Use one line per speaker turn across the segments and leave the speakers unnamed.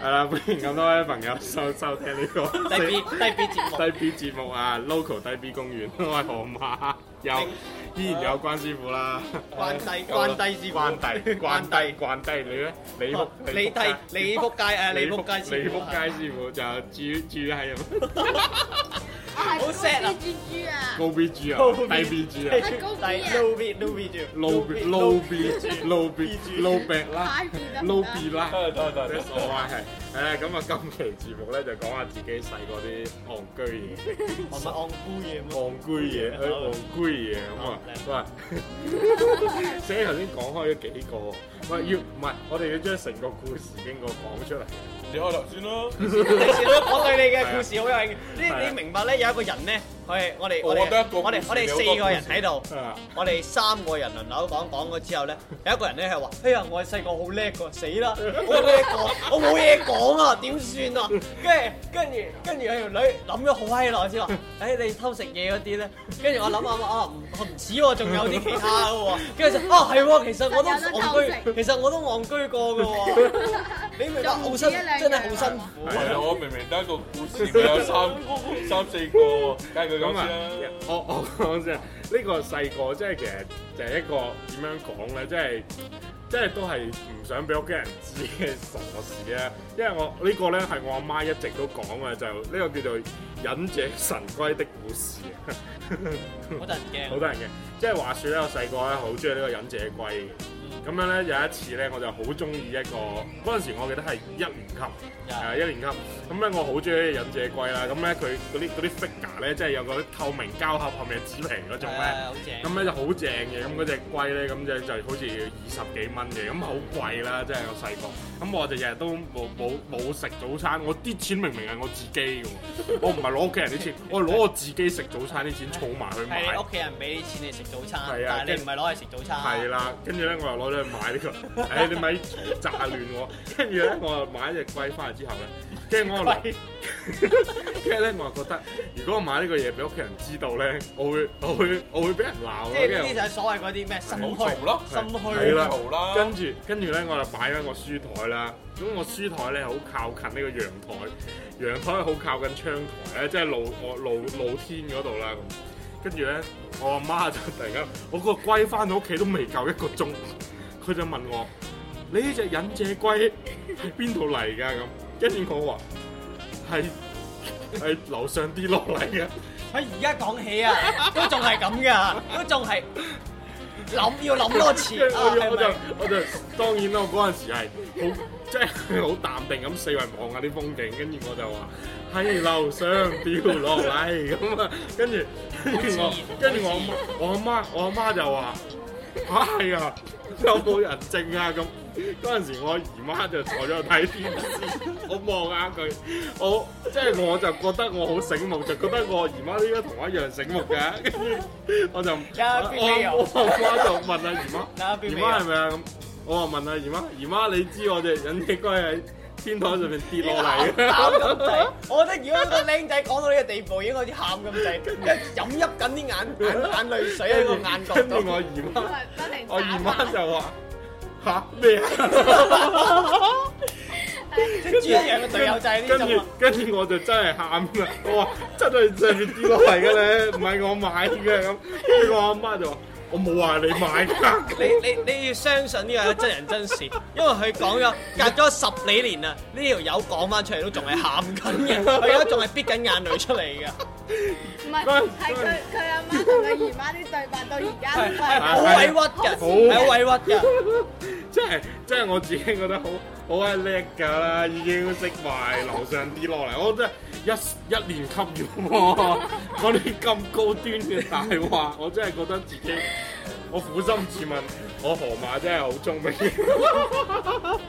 係 啦，歡迎咁多位朋友收收聽呢個
低 B 低 B 節目，
低 B 節目啊，Local à, 低 B 公 園，我係河馬，有依然有關師傅 啦，
關低
有啦
關低師傅
關低關低關低，你咧你仆
你低你仆街誒你仆街
你
師傅
仆街師傅就豬豬喺 入
好 sad 啊
豬豬啊！
高 B à. 豬
高
啊，
B
低 B 豬啊。
低 low B low B 住
à. low B- low B low B low B 啦
太變啦
，low B 啦，
Ờ,
得啦得啦得啦
我話係誒咁啊！今期節目咧就講下自己細個啲戇居嘢。
我咪戇姑嘢咁咯
戇居嘢，佢戇居嘢咁啊！喂， 所以頭先講開咗幾個，喂要唔係我哋要將成個故事經過講出嚟。
你開頭先咯，
你先啦我對你嘅故事好有興趣，你你明白咧有一個人咧，佢我哋我哋
我得一個
我哋
故事
我哋
你好
四
多
個人
故事
喺度。
啊，
我哋三個人輪流講講咗之後咧，有一個人咧係話：哎呀，我細個好叻㗎，死啦！我冇嘢講，我冇嘢講啊，點算啊？跟住跟住跟住有條女諗咗好閪耐先話：哎，你偷食嘢嗰啲咧？跟住我諗諗啊，唔唔似喎，仲有啲其他嘅喎。跟住就啊，係喎，其實我都戇居，其實我都戇居過嘅喎。你明白好辛，真係好辛苦。
係啊！我明明得一個故事，入面有三三四個，梗係佢
咁
講
啊
先啦。，
我我講先啊，呢個細個即係其實就係一個點樣講咧，即係即係都係唔想俾屋企人知嘅傻事啊！因為我呢個咧係我阿媽一直都講嘅，就呢個叫做忍者神龜的故事啊。好
好得人驚，
多人嘅。即係話説咧，我細個咧好中意呢個忍者龜嘅。咁樣咧有一次咧，我就好中意一個嗰陣時，我記得係一年級，係啊一年級。咁咧我好中意忍者龜啦。咁咧佢嗰啲嗰啲 figure 咧，即係有個透明膠盒後面有紙皮嗰種咧。
係啊好正。
咁咧就好正嘅，咁嗰只龜咧，咁就就好似要二十幾蚊嘅，咁好貴啦，即係我細個。咁我就日日都冇冇冇食早餐，我啲錢明明係我自己嘅喎，我唔係攞屋企人啲錢，我係攞我自己食早餐啲錢儲埋去買
係。你屋企人俾啲錢你食早餐
係，啊
但係
跟
你唔係攞嚟食早餐。
係啦，跟住咧我又攞咗去買呢、個， 誒、你咪炸亂我，跟住咧我又買一隻龜翻嚟之後咧，跟住我又攞， 跟住咧我又覺得，如果我買呢個嘢俾屋企人知道咧，我會我會我會俾人鬧啊咯，
即係呢啲
跟
就
住
係所謂嗰啲咩心
好嘈
虛，
咯，
心
係
虛
啦
嘈啦，
跟住跟住咧我就擺喺個書台啦，咁我書台咧好靠近呢個陽台，陽台好靠近窗台咧，即係露我露露天嗰度啦咁。跟住咧，我阿媽就突然間，我個龜翻到屋企都未夠一個鐘，佢就問我：你呢只忍者龜係邊度嚟㗎？咁跟住我話係 係樓上跌落嚟嘅。
佢而家 講起啊，都仲係咁噶，都仲係諗要諗多次
跟住
啊，
我就我就
係咪？
我就當然啦，我嗰陣時係好即係好淡定咁四圍望下啲風景，跟住我就話係樓上掉落嚟咁啊，跟住跟住我跟住我阿媽我阿媽我阿媽就話嚇係啊，有冇人證啊咁？嗰陣時我姨媽就坐咗度睇電視，我望下佢，我即係我就覺得我好醒目，就覺得我姨媽應該同我一樣醒目㗎，跟住我就我我我媽就問阿姨媽。姨媽係咪啊？咁我話問阿姨媽，姨媽你知我隻忍者龜喺天台上面跌落嚟
喊咁滯
嘅。，
我覺得如果個僆仔講到呢個地步，已經開始喊咁滯，一飲泣緊啲眼眼眼淚水喺個眼角
跟住
度。
我姨媽，
不停
我姨媽就話吓咩啊？
豬一樣嘅隊友就係呢
跟
種
住
啊，
跟住我就真係喊啦！我話真係上面跌落嚟嘅咧，唔係我買嘅咁。跟住我阿媽就話我冇話你買㗎。
你你你要相信呢個係真人真事， 因為佢講咗隔咗十幾年啦，呢條友講翻出嚟都仲係喊緊嘅，佢而家仲係逼緊眼淚出嚟嘅。
唔係，係佢佢阿媽同佢姨媽啲對白到而家
係
都
係
係
好委屈嘅，係好委屈嘅。
即係即係我自己覺得好好閪叻㗎啦，已經識埋樓上跌落嚟，我真係一一年級啫喎， 講啲咁高端嘅大 話，我真係覺得自己我苦心自問，我河馬真係好聰明。
啊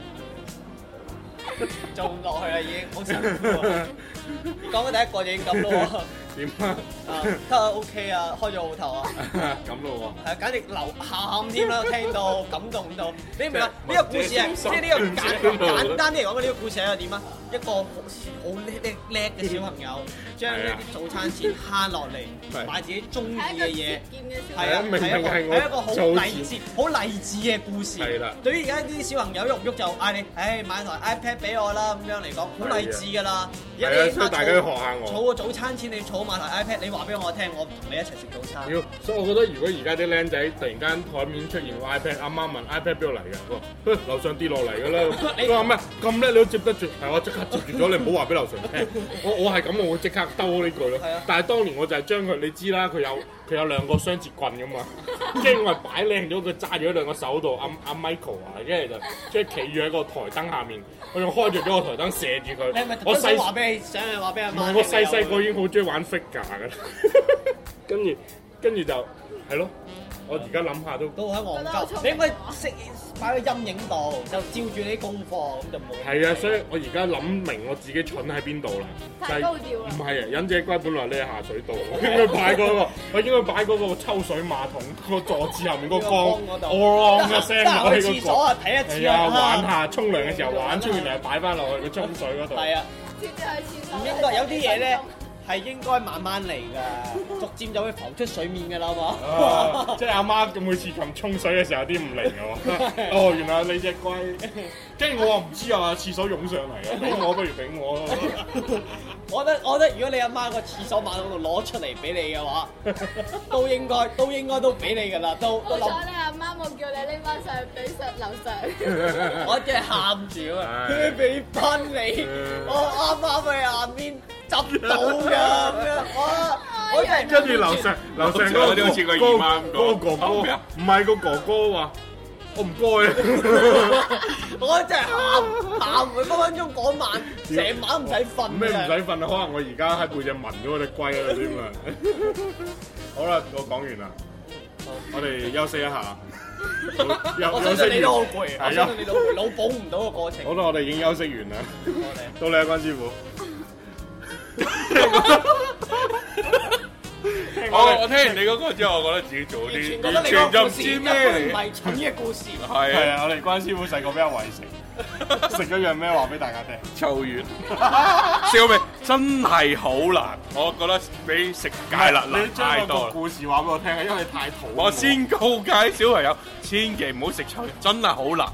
做唔落去啦，已經好辛苦啊！你講緊第一個就已經咁咯喎，
點啊？
啊得啊 OK 啊，開咗好頭啊！
咁咯
係啊，簡直流喊添啦！聽到感動到，你明唔明啊？呢
即係
個故事係
文
即
姐
係呢 個
文姐
簡
老
簡單啲嚟講嘅呢個故事係點啊？一個好好叻叻叻嘅小朋友，將呢啲早餐錢慳落
係
嚟買自己中意
係一個
嘅嘢
節。儉嘅小
係啊，
係明明
係一個
係我
係一個好
做
勵志、好勵志嘅故事。
係啦
對於而家啲小朋友喐唔喐就嗌你，唉買台 iPad 俾我啦，咁樣嚟講，好勵志㗎啦。
係啊
而家你
所以大家要學下我
儲個早餐錢，你儲埋台 iPad，你話俾我聽，我同你一齊食早餐。
喎，要所以我覺得如果而家啲僆仔突然間台面出現個 iPad，阿媽問 iPad 邊度嚟㗎？我話哼樓上跌落嚟㗎 啦。
你
佢話咩咁叻你都接得住？係我即刻接住咗，你唔好話俾樓上 聽。我我係咁，我會即刻兜呢句咯
係啊。
但係當年我就係將佢，你知啦，佢有佢有兩個雙節棍㗎 嘛，跟住我係擺靚咗佢揸住喺兩個手度，阿阿 Michael 啊，跟住就即係企住喺個台燈下面，我仲開著咗個台燈射住
你係咪
佢。
特
我
登想
細
話俾你，想話俾阿
唔
媽
係，
聽？
我細細個已經好中意玩 figure 噶啦，跟住跟住就係咯，我而家諗下都
都喺黃鳩，你應該識擺個陰影度，就照住你啲功課，咁就冇。
係啊，所以我而家諗明我自己蠢喺邊度啦。
太高調啦
唔係啊，忍者龜本來匿喺下水道，我應該擺嗰個，我應該擺嗰個抽水馬桶個坐廁後面個缸，
嗰度
我啷一聲落去
得閒
嗰
去廁
個
所啊睇一次
係啊，
啊
玩下沖涼嘅時候玩，沖完涼擺翻落去個沖水嗰度。
係啊。
直接去廁所。
唔應該有啲嘢咧係應該慢慢嚟㗎，逐漸就會浮出水面㗎啦嘛。
啊即係阿媽每次撳沖水嘅時候有啲唔靈 嘅喎，哦原來係你只龜，跟住我話唔知啊，廁所湧上嚟 啊，俾我不如俾我咯，
我覺得我覺得如果你阿媽個廁所馬桶度攞出嚟俾你 嘅話，都應該都應該都俾你㗎啦，都都
好彩
諗
你阿媽冇叫你拎翻上去俾上樓上。
我一係喊住啊，
唉
佢俾翻你，我啱啱喺下面執到㗎咁樣， 哇！我真 係
跟住樓上樓上嗰個
好似個姨媽咁講
嗰個哥哥
啊咩啊，
唔係個哥哥話我唔該啊，
我真係喊喊，佢分分鐘嗰晚成晚唔使瞓 㗎
咩唔使瞓啊，可能我而家喺背脊聞咗只龜喺度添 啊，好啦，我講完啦，我哋休息 一下，有
我相信你都好攰，
係
我
啊
相信你都好攰腦補唔到個過程。
好啦，我哋已經休息完啦。
我哋
到你啊，關師傅。
我我聽完你嗰個之後，我覺得自己做
完全
啲
覺得
完
你個
全就
故
唔
事
知
一
咩
般唔
嚟，
係蠢嘅故事。
係
係啊，
啊，我哋關師傅細個比較為食，食咗樣咩話俾大家聽？
臭魚，笑味真係好難，我覺得比食芥辣
你
難太
將
多
個
啦。
故事話俾我聽，係因為太肚餓。
我先告誡小朋友，千祈唔好食臭魚，真係好難。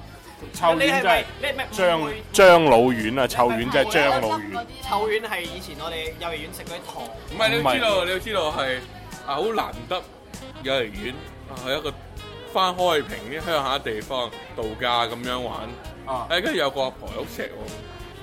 臭丸
你
真
係
係
咪你係咪
張
張
張老丸啊，臭丸真係張老
嗰
丸。
啲
臭丸係以前我哋幼兒園食嗰啲糖，
唔係你
唔
要
係
知道，你要知道係啊，好難得幼兒園係一個翻開平啲鄉下地方度假咁樣玩。
啊，
誒，跟住有個阿婆好錫我，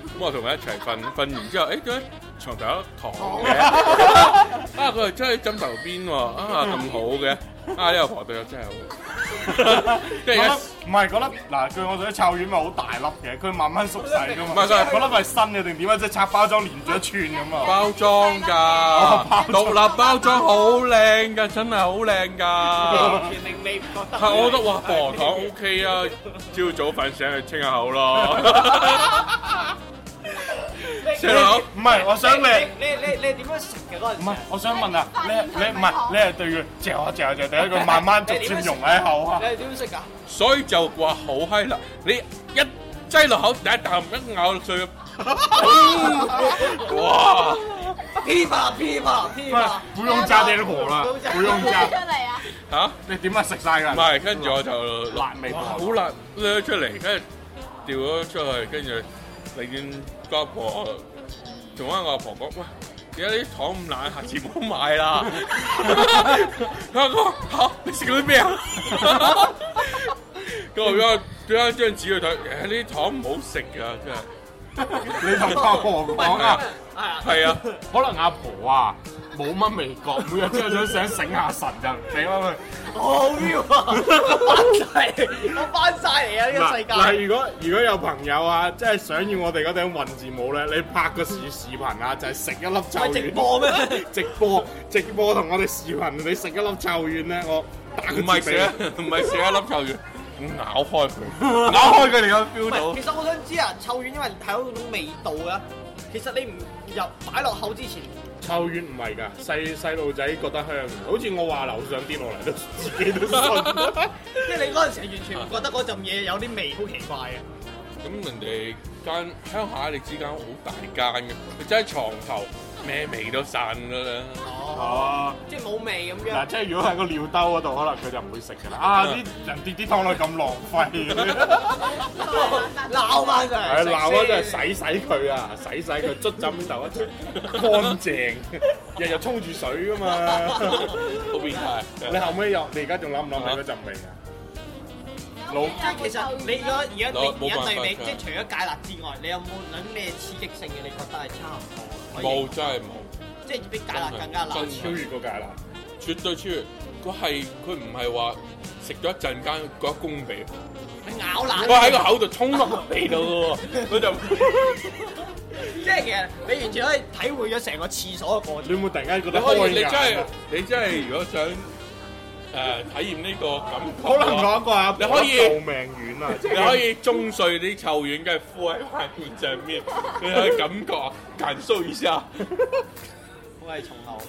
咁我同佢一齊瞓，瞓完之後，誒點解床頭有糖嘅？啊，佢係真喺枕頭邊喎，啊咁好嘅，啊呢個阿婆對我 真係好，跟住而家
唔係嗰粒嗱，據我所知，臭丸咪好大粒嘅，佢慢慢縮細㗎嘛。
唔係佢係
嗰粒係新嘅定點啊？即係拆包裝連咗一串咁啊！
包裝
哦包
㗎，
裝
獨立包裝好靚㗎，真係好靚㗎。
完全令你唔覺得。
係，我覺得哇，薄荷糖 OK 啊，朝早瞓醒去清下口咯。
你
小佬，
唔係，我想你。
你你你你點樣食嘅嗰陣時？
唔係，我想問啊，你你唔係你係對佢嚼下嚼下嚼，第一個慢慢逐漸溶喺口啊
你。係點食㗎？
所以就話好閪啦，你一擠落口第一啖一咬落去，哇！
噼啪噼啪噼
喂
啪，，
不用加啲火啦，不用加。
出嚟啊！
嚇，
你點啊？食晒㗎？
唔係，跟住我就
辣味薄
哇
荷
好辣，掠出嚟，跟住掉咗出去，跟住寧願個阿婆同翻我阿婆講，喂。而家啲糖咁爛，下次唔好買啦。佢話我嚇，你食咗啲咩啊？咁我俾我俾一張紙佢睇，誒呢啲糖唔好食㗎，真係。
你同阿婆講啊，
係啊，
係啊，
可能阿婆啊冇乜味覺，每日朝早想醒下神就俾翻佢。
我好 view 啊，翻晒嚟，我翻晒嚟啊！呢個世界。
嗱，如果如果有朋友啊，即係想要我哋嗰頂混字帽咧，你拍個視視頻啊，就係食一粒臭丸。
喂直播咩？
直播直播同我哋視頻，你食一粒臭丸咧，我打個
唔係
字俾你
寫，唔係寫一粒臭魚，咬開佢，咬開佢你個 feel
唔
到
係，其。實我想知啊，臭丸因為係有嗰種味道啊，其實你唔入擺落口之前，
臭丸唔係㗎，細細路仔覺得香㗎，好似我話樓上跌落嚟都自己都信。
即係你嗰陣時係完全唔覺得嗰陣嘢有啲味好奇怪啊嘅。
咁人哋間鄉下你知間好大間嘅，佢真係床頭咩味都散㗎啦。
哦，
哦，
即係冇味咁
嗱，
樣。
即係如果喺個尿兜嗰度，可能佢就唔會食㗎啦。啊，啲人跌啲湯落去咁浪 費。
鬧翻佢
係
嚟食先。
鬧啊！真係洗洗佢啊，洗洗 佢，捽枕頭一捽，啊乾淨，日日沖住水噶嘛。
好變態。
你後尾又，你而家仲諗唔諗起嗰陣味啊？老
即係其實你而家而家你而家對比，即係除咗芥辣之外，你有冇諗咩刺激性嘅？你覺得係差唔多？
冇，真係冇，
即係比芥辣更加辣。
真
超越個芥辣，
絕對超越。佢係佢唔係話食咗一陣間覺得 攻鼻，
你咬爛
佢喺個口度衝落個鼻度㗎喎，佢就
即係其實你完全可以體會咗成個廁所嘅過
你
程。
會唔會突然間覺
你
得
可以
開
你真係
眼？
你真係如果想誒、呃、體驗呢個感覺，
好難講啩，啊！
你可以
救命丸啊！即
你
係
可以中碎啲臭丸，跟住敷喺塊面上面，你可以感覺感受一下，
我係從頭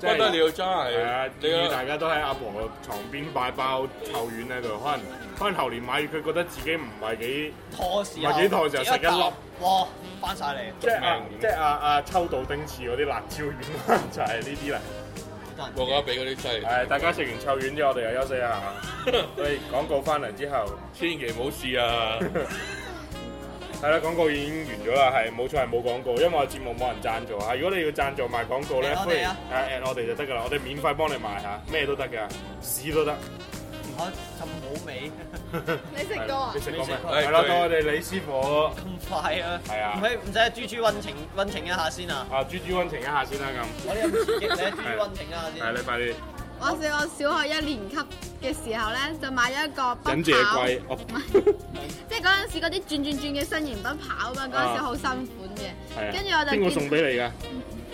即
不
係
得了真
係啊
係！！你
建議
個
大家都喺阿婆床邊擺包臭丸喺度，可能可能後年買完佢覺得自己唔係幾，
拖屎。
咪幾坨就食一粒。
哇！翻晒嚟，
即係啊
命丸
即係阿阿秋道丁似嗰啲辣椒丸啊就係呢啲嚟。
我覺得比嗰啲犀利，
係，大家食完臭丸之後，我哋又休息一下。我哋廣告翻嚟之後，
千祈唔好試啊！
係啦，廣告已經完咗啦，係冇錯係冇廣告，因為我節目冇人贊助啊。如果你要贊助賣廣告咧，
at 我
歡迎
哋啊
誒 at 我哋就得㗎啦，我哋免費幫你賣下，咩都得㗎，屎都得。
唔可咁 冇味，
你食過啊
你食過哎咩？
你食過
係啦，
係
到我哋李師傅
咁快啊！
係啊
唔使唔使，豬豬温情温情一下先啊！
啊，豬豬温情一下先啦咁。
我哋有刺激，你豬豬温情一下
係
先。啊
你快啲
我試過小學一年級嘅時候咧，就買咗一個筆
忍住你
跑，
貴，哦
即係嗰陣時嗰啲轉轉轉嘅新型筆跑啊嘛，嗰陣時好新款嘅，
係啊。
跟住我就
邊
見
個送俾你㗎？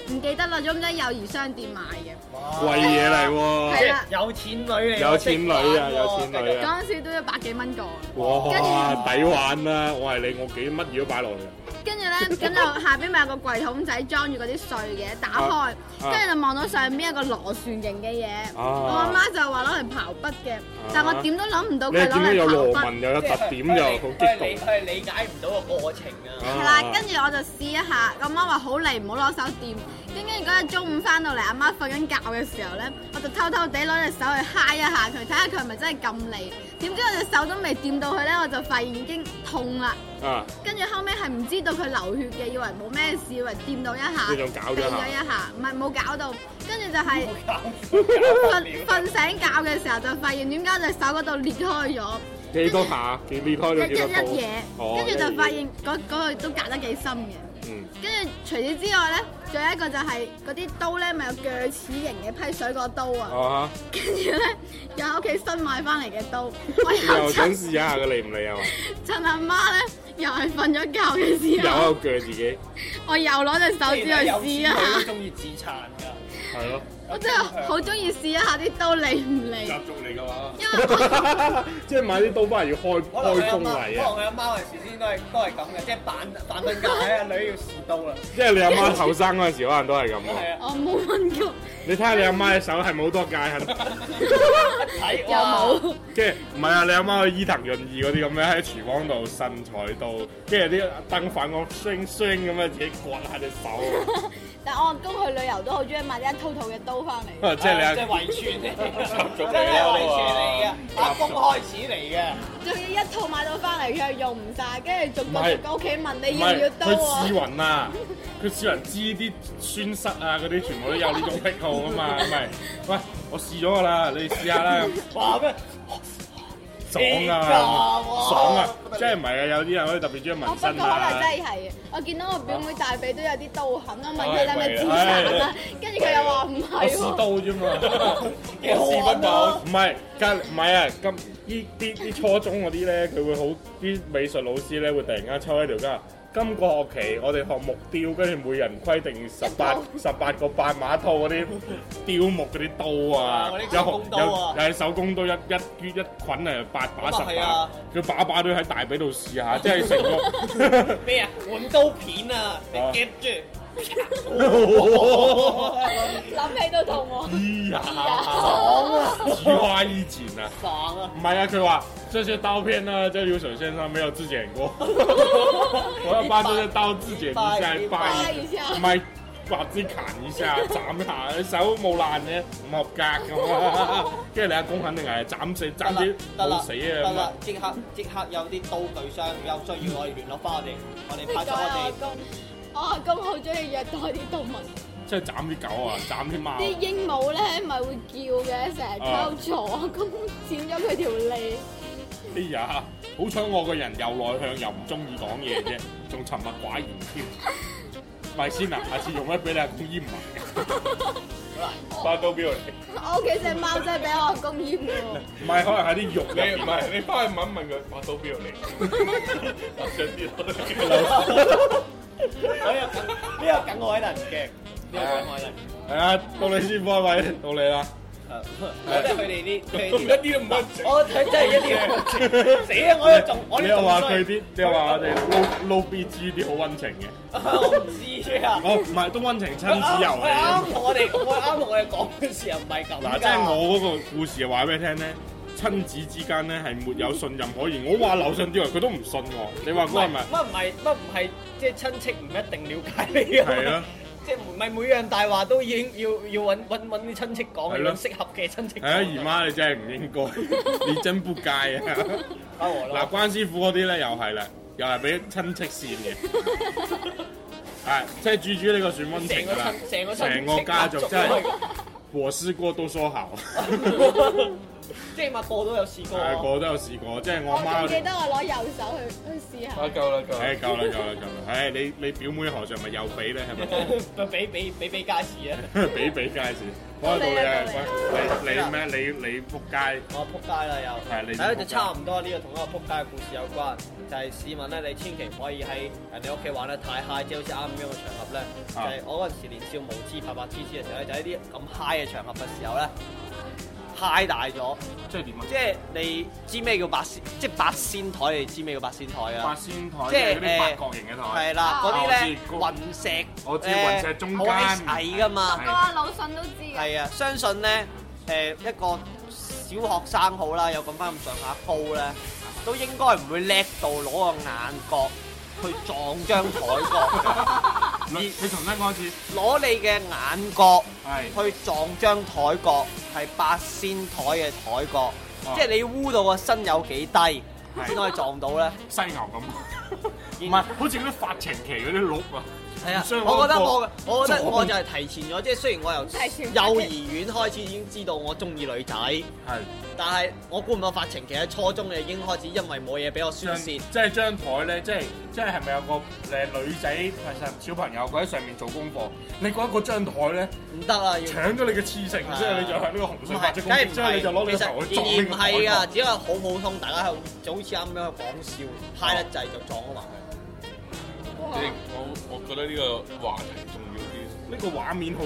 唔記得啦，總之喺幼兒商店買嘅，
貴嘢嚟
係
喎！
啦
有錢女嚟，
有錢女啊
識玩喎
有錢女啊
嗰陣時都要百幾蚊個。
哇，抵玩啦！我係你，我幾乜嘢都擺落去。
跟住咧， 咁就下邊咪有個櫃桶仔裝住嗰啲碎嘅，打開，
啊
跟住就望到上邊有個螺旋形嘅嘢。我阿
啊
媽就話攞嚟刨筆嘅，但我點都諗唔到
你
佢
見
攞
到有羅
嚟刨筆。
文又有特點又好
即係
激
佢係理解唔到個過程啊！
動，
係啦，跟住我就試一下，我媽話好嚟，唔好攞手掂。跟住嗰日中午翻到嚟，阿媽瞓緊覺嘅時候咧，我就偷偷地攞隻手去揩一下佢，睇下佢係咪真係咁嚟。點知我隻手都未掂到佢咧，我就發現已經痛啦。
住啊，
跟住後尾係唔知道佢流血嘅，以為冇咩事，以為掂到一下，
你仲搞咗
避
一下
咗一下，唔係冇搞到。跟住就 係 瞓
瞓
瞓醒覺嘅時候就發現點解我隻手嗰度裂開咗，
幾多下啊幾裂開
一
咗幾多
一一嘢
刀，，
跟住就發
發
現
現，
嗰嗰個都隔得幾深嘅。
嗯，
跟住除此之外咧，仲有一個就係嗰啲刀咧，咪有鋸齒形嘅批水果刀啊，
啊
跟住咧又喺屋企新買翻嚟嘅 刀，我
哈，
又
又想
趁
試一下佢嚟唔 嚟啊嘛，
趁阿媽咧又係瞓咗覺嘅時候，
又喺度鋸自己，
我又攞隻手指去試一啊下。
中意自殘㗎。
係咯，
我真係好中意試一下啲刀利唔利，
足嚟㗎嘛，
因為我
即係買啲刀翻嚟要開
可能佢
開
阿
封
媽，可
嚟
能
啊，
佢阿媽嗰陣時先都係都係咁嘅，即係扮扮瞓覺，哎阿女要試刀啦。
即係你阿媽後生嗰陣時可能都係咁
係
喎，
啊，
我冇問過，
你睇下你阿媽嘅手係冇多界 痕，
睇
又冇。
即係唔係啊？你阿媽去伊藤潤二嗰啲咁樣喺廚房度伸菜刀，跟住啲燈反光聲聲咁樣自己刮下隻手，
但我阿公去旅遊都好中意買啲一套套嘅刀翻 嚟。
啊即係你阿
即係遺傳嚟 嘅，
十足
真
嚟
係
啦
遺傳嚟嘅，阿公開始嚟嘅。
仲要一套買到翻嚟，佢又用唔晒，跟住逐
唔
個
係
逐個屋企問
唔
哎你要唔
係
要刀
佢市
啊？
雲啊，佢市雲知啲酸室啊嗰啲全部都有呢種癖好啊嘛，唔係，喂，我試咗噶啦，你試下啦，
哇咩？
爽
呢
啊
個喎，
爽啊，即係唔係啊？有啲人可以特別中意
我
紋
哦不過可
身
能
啊
真，係係，我見到我表妹大髀都有啲刀痕，我問
哎
佢係咪自
哎
殘啊？跟住佢又話唔
我
係
試
喎。
刀啫嘛，
幾好
試
玩咯
不到。
唔係隔唔係啊，咁呢啲啲初中嗰啲咧，佢會好啲美術老師咧會突然間抽一條筋。今個學期我哋學木雕，跟住每人規 定十八
一
十八個八馬套嗰啲雕木嗰啲刀啊，
哦嗰啲
有
手工刀
有
啊
有係手工刀一一一捆係八把
咁啊
十
係
把
啊，
佢把把都 喺大髀度試下，即係成個
咩啊？換刀片啊，你
啊
夾住
諗起都痛喎。
哎呀，
啊
奇花一紧啊！
爽啊！
唔係啊，佢話這些刀片呢，在流水線上沒有质检過， 我要把這些刀质检一下，
一
掰
掰一下
唔係白枝砍一下，斬下，你手冇爛嘅，唔合格咁啊！ 跟住你阿公肯定係斬死，斬
得啦
啲，
得
冇
啦，
死啊
得
咁
啦
啊！，
即刻即刻有啲刀具商有需要我哋聯絡翻我哋，我哋
你
派
講
出我
我
哋。
公，我阿公好中意虐待啲動物，
即係斬啲狗啊，斬啲貓。
啲鸚鵡咧咪會叫嘅，成日鳩嘈，阿公剪咗佢條脷。
哎呀，好彩我個人又內向又唔中意講嘢啫，仲沉默寡言添。咪先啊，下次用乜俾你阿公閹埋？
花刀標嚟。
我屋企只貓真係俾我阿公閹嘅
唔係，可能係啲肉入
你
邊
唔係你翻去問一問佢花刀標嚟，我想知道。
呢個呢個梗我喺度嘅，呢個梗我喺度。
係啊，到你師傅係咪？到你啦。
Ờ. 我覺得佢哋啲佢哋啲，
一啲都唔得。
我睇真係一啲死啊！我又仲我
你
哋
又
仲
話
衰
佢啲，你又話我哋撈撈 B G 啲好温情嘅，
我唔知啊。
我哦唔係都温情親
我啱
子遊
我啱
戲。
同我哋我啱同我哋講嘅時候唔係咁㗎
嗱，即係我嗰個故事話俾你聽咧，親子之間咧係沒有信任可言。我話劉信啲人，佢都唔信我。你話嗰個係咪？
乜唔係乜唔係即係親戚唔一定了解你啊？
係啊。
即係唔係每樣大話都已經要要揾揾揾啲親戚講，
係
要
咯
揾適合嘅親戚講。
係啊，姨媽你真係唔應該，你真仆街啊！
包我
嗱，
啦。
關師傅嗰啲咧又係啦，又係俾親戚線 嘅，係即係主主呢個算温
成
情
個
㗎啦
親，成個親
成個家族真係和試過都疏喉，
即係起碼個都有試過
係
啊。
哎個都有試過，即係我
我哦仲
媽嗰
記
啲。
得我攞右手去去試下。
啊夠啦夠啦
唉，。夠啦夠啦夠啦！唉，你你表妹何嘗咪又俾咧？係咪？
咪 俾俾俾俾家事啊！
比比皆是，開到你啊！喂你你咩？你你仆街！
我撲街啦又，
係你
係啦就差唔多呢個同一個撲街嘅故事有關，就係市民咧，你千祈唔可以喺人哋屋企玩得太 high，即係好似啱咁樣嘅場合咧，就
啊
係我嗰陣時年少無知、白白痴痴嘅時候咧，就喺啲咁 high 嘅場合嘅時候咧，high 大咗，
即係點啊？
即係你知咩叫八仙，即係八仙台，你知咩叫八仙台啊？
八仙台即
即係
係嗰啲八角形嘅台。
係啦，嗰啲咧
我知
雲石，
我知
誒
雲石中間
好矮噶嘛
係。
我阿魯迅都知嘅，
係啊，相信咧誒、一個小學生好啦，有咁翻咁上下高咧，都應該唔會叻到攞個眼角去撞張台角，
你你重新講一次，
攞你嘅眼角
係
去撞張台角，係八仙台嘅台角，
哦
即係你污到個身有幾低
係
先可以撞到咧？
犀牛咁，唔係好似嗰啲發情期嗰啲鹿啊，
係啊
唔，相
我覺得
干
我
過
我覺得
撞
我就係提前咗，即係雖然我由
提前發
幼
情
兒園開始已經知道我中意女仔。
係
但係我估唔到發情期喺初中你已經開始，因為冇嘢俾我宣
張
泄
即。係張台咧，即係即係係咪有個誒女仔係小朋友佢喺上面做功課？你覺得嗰張台咧
唔得啦，要
搶咗你嘅刺性，之後你就向呢個紅
唔
色發
係，
出攻擊，
梗係唔
之後
係
你就攞你個
其
頭去
實
撞呢
然然唔
個
係啊，
台角。
只係好普通，大家係就好似啱咁樣去講笑，嗨得滯就撞咗埋佢。
哇
我我覺得呢個話題重要啲。
呢個畫面好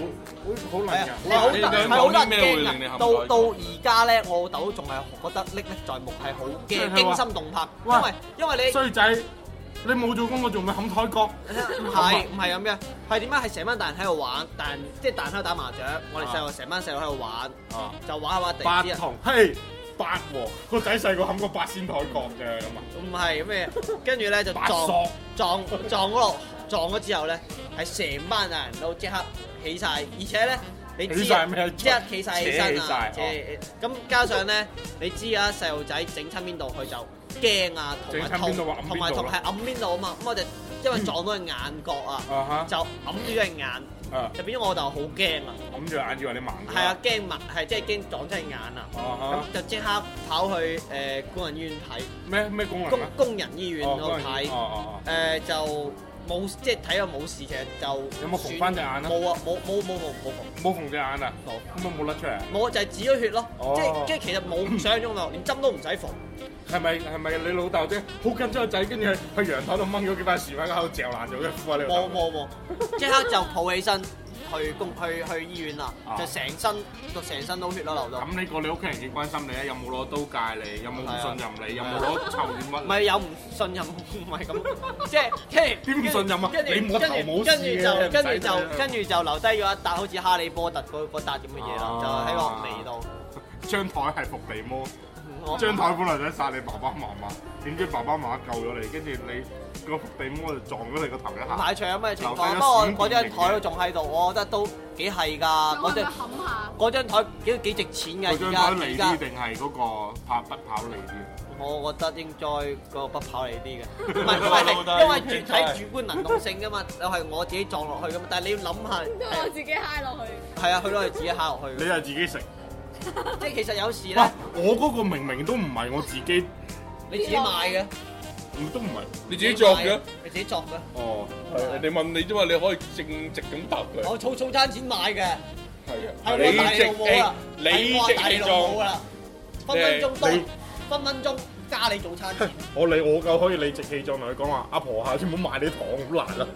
好好
係
難
啊，
㗎，
你好
你
得係
想講
好得
啲咩會令你
驚
陷
啊！
害
到到而家咧，我老豆仲係覺得歷歷在目，係好
即係
驚
佢話
驚心動魄，
哇
因為因為你。
衰仔，你冇做功課仲咪冚台角？
唔係唔係咁嘅，係點解係成班大人喺度玩，大人即係大人喺度打麻雀，我哋細個成班細路喺度玩，
啊
就玩下玩地
八
之後
同嘿八和個仔細個冚過八仙台角啫咁啊！
唔係咩？跟住咧就
八
撞
索
撞撞嗰度，撞咗之後咧，係成班人都即刻起晒，而且咧你知啊
起晒咩
即刻起晒起身啊！
扯
即
起晒哦
係咁加上咧，你知啊，細路仔整親邊度佢就驚啊，同埋
整親邊度
痛
話，揞邊度啦
同埋同係揞邊度啊嘛。咁我就因為撞到佢眼角啊，
啊
就揞住佢眼，
哈啊！
就變咗我就好驚啊！
揞住眼以為你盲㗎
係啊，，驚盲係即係驚撞親眼啊！
啊哈
咁就即刻跑去誒工人醫院睇，
咩咩功能
工
啊？
工人醫院
哦
嗰度
工人
睇
哦。哦
誒、呃就冇即係睇咗冇事，其實就
有冇
算
縫返隻眼啊
冇啊，冇冇冇冇冇
哦，冇縫隻眼啊，
冇冇
咁咪冇甩出嚟啊？
冇就係止咗血咯，
哦
即係即係其實 冇想像中啊，連針都唔使縫，
係咪係咪你老豆啫？好緊張個仔，跟住去陽台度掹咗幾塊樹喺個口嚼爛咗嘅，褲喺你
冇
度。
冇冇，即刻就抱起身，去公 去去醫院啦，
啊
就成身就成身都血啦流到。
咁你個你屋企人幾關心你啊？有冇攞刀戒你？有冇唔信任你？有冇攞臭點屈
啊唔
你？
係有唔信任， 唔係咁，即係即係
點唔信任啊
跟住
你摸頭
跟住
冇事
跟住
嘅
就跟住
唔使
就
睇
跟住就留低咗一笪好似哈利波特嗰嗰笪咁嘅嘢啦，就喺個
啊
味道。
張台係伏地魔，
我
張台本來想殺你爸爸媽媽，點知爸爸媽媽救咗你，跟住你個伏地魔就撞咗你個頭一
唔
下。
太長咩情
留
況，
低咗
不過
閃電
嗰張
嚟嘅
台都仲喺度，我覺得都幾係㗎。
啊
嗰張嗰張台幾幾值錢㗎，
佢張
而
台
家而
嚟啲
家
定係嗰個拍不跑嚟啲？
我覺得應該個不跑嚟 啲嘅，唔係
老豆
唔係因為
真係
主睇主觀能動性㗎嘛， 又係我自己撞落去㗎嘛，但係你要諗下，係啊，佢都係自己敲落去
你
嘅，
係自己食。
即係其實有時
哇
咧，！
我嗰個明明都唔係我自己，
你自己買嘅。
都唔係。
你自己作嘅，
你自己作嘅。
哦，
人哋問你啫嘛，你可以正直咁答佢。
我儲儲餐錢買嘅，
係啊，
係
理
我大
直
老母
氣
啦，，
理
係我
直氣
大老母
壯，
啦，分分鐘
你
多，分分鐘加你早餐錢。
我理我夠可以理直氣壯同佢講話，阿婆下次唔好買你糖，好難啊！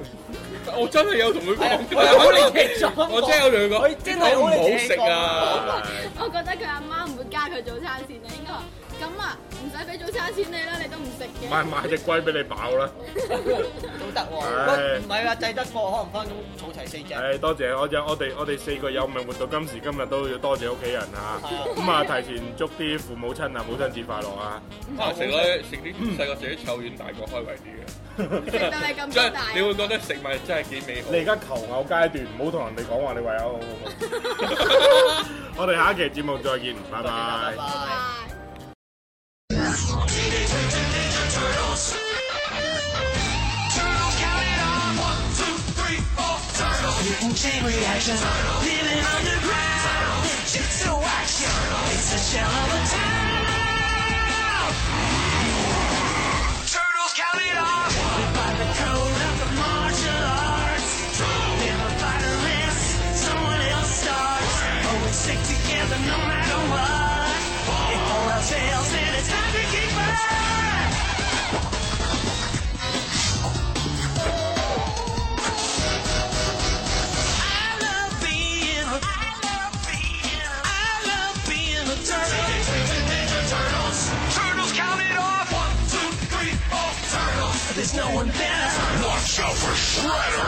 我真係有同佢
係啊
講，
我又好理直氣壯
我真係有同佢講，
佢真係好
你
理
唔好
直
食
氣壯
啊！
我覺得佢阿媽唔會加佢早餐錢，你應該話咁啊，唔使俾早餐錢你啦，你都唔食嘅。
買買只龜俾你飽啦！
都得
唉
喎，喂唔係啊，制得過，可能分分鐘儲齊四隻。係
誒，多謝我有我哋我哋四個有命活到今時今日都要多謝屋企人啊！
啊，
咁啊，提前祝啲父母親啊母親節快樂啊！
啊，食咧食啲細個食啲臭丸，大個開胃啲嘅。
食到你咁高
真
大啊
係，你會覺得食物真係幾美好
你。而家求偶階段，唔好同人哋講話你為偶好唔 好？我哋下一期節目再見，拜拜
拜。拜。
拜。
Mutant chain reaction, living underground, ninjutsu action, it's a shell of a town. Turtles count it off, we by the code of the martial arts. Never fight unless someone else starts. Always stick together no matter what. If all else fails, then it's time to kick butt. I love being a I love being I love being a turtle. Turtles, turtles, count it off. One, two, three, four, turtles. There's no one better. Watch out for Shredder.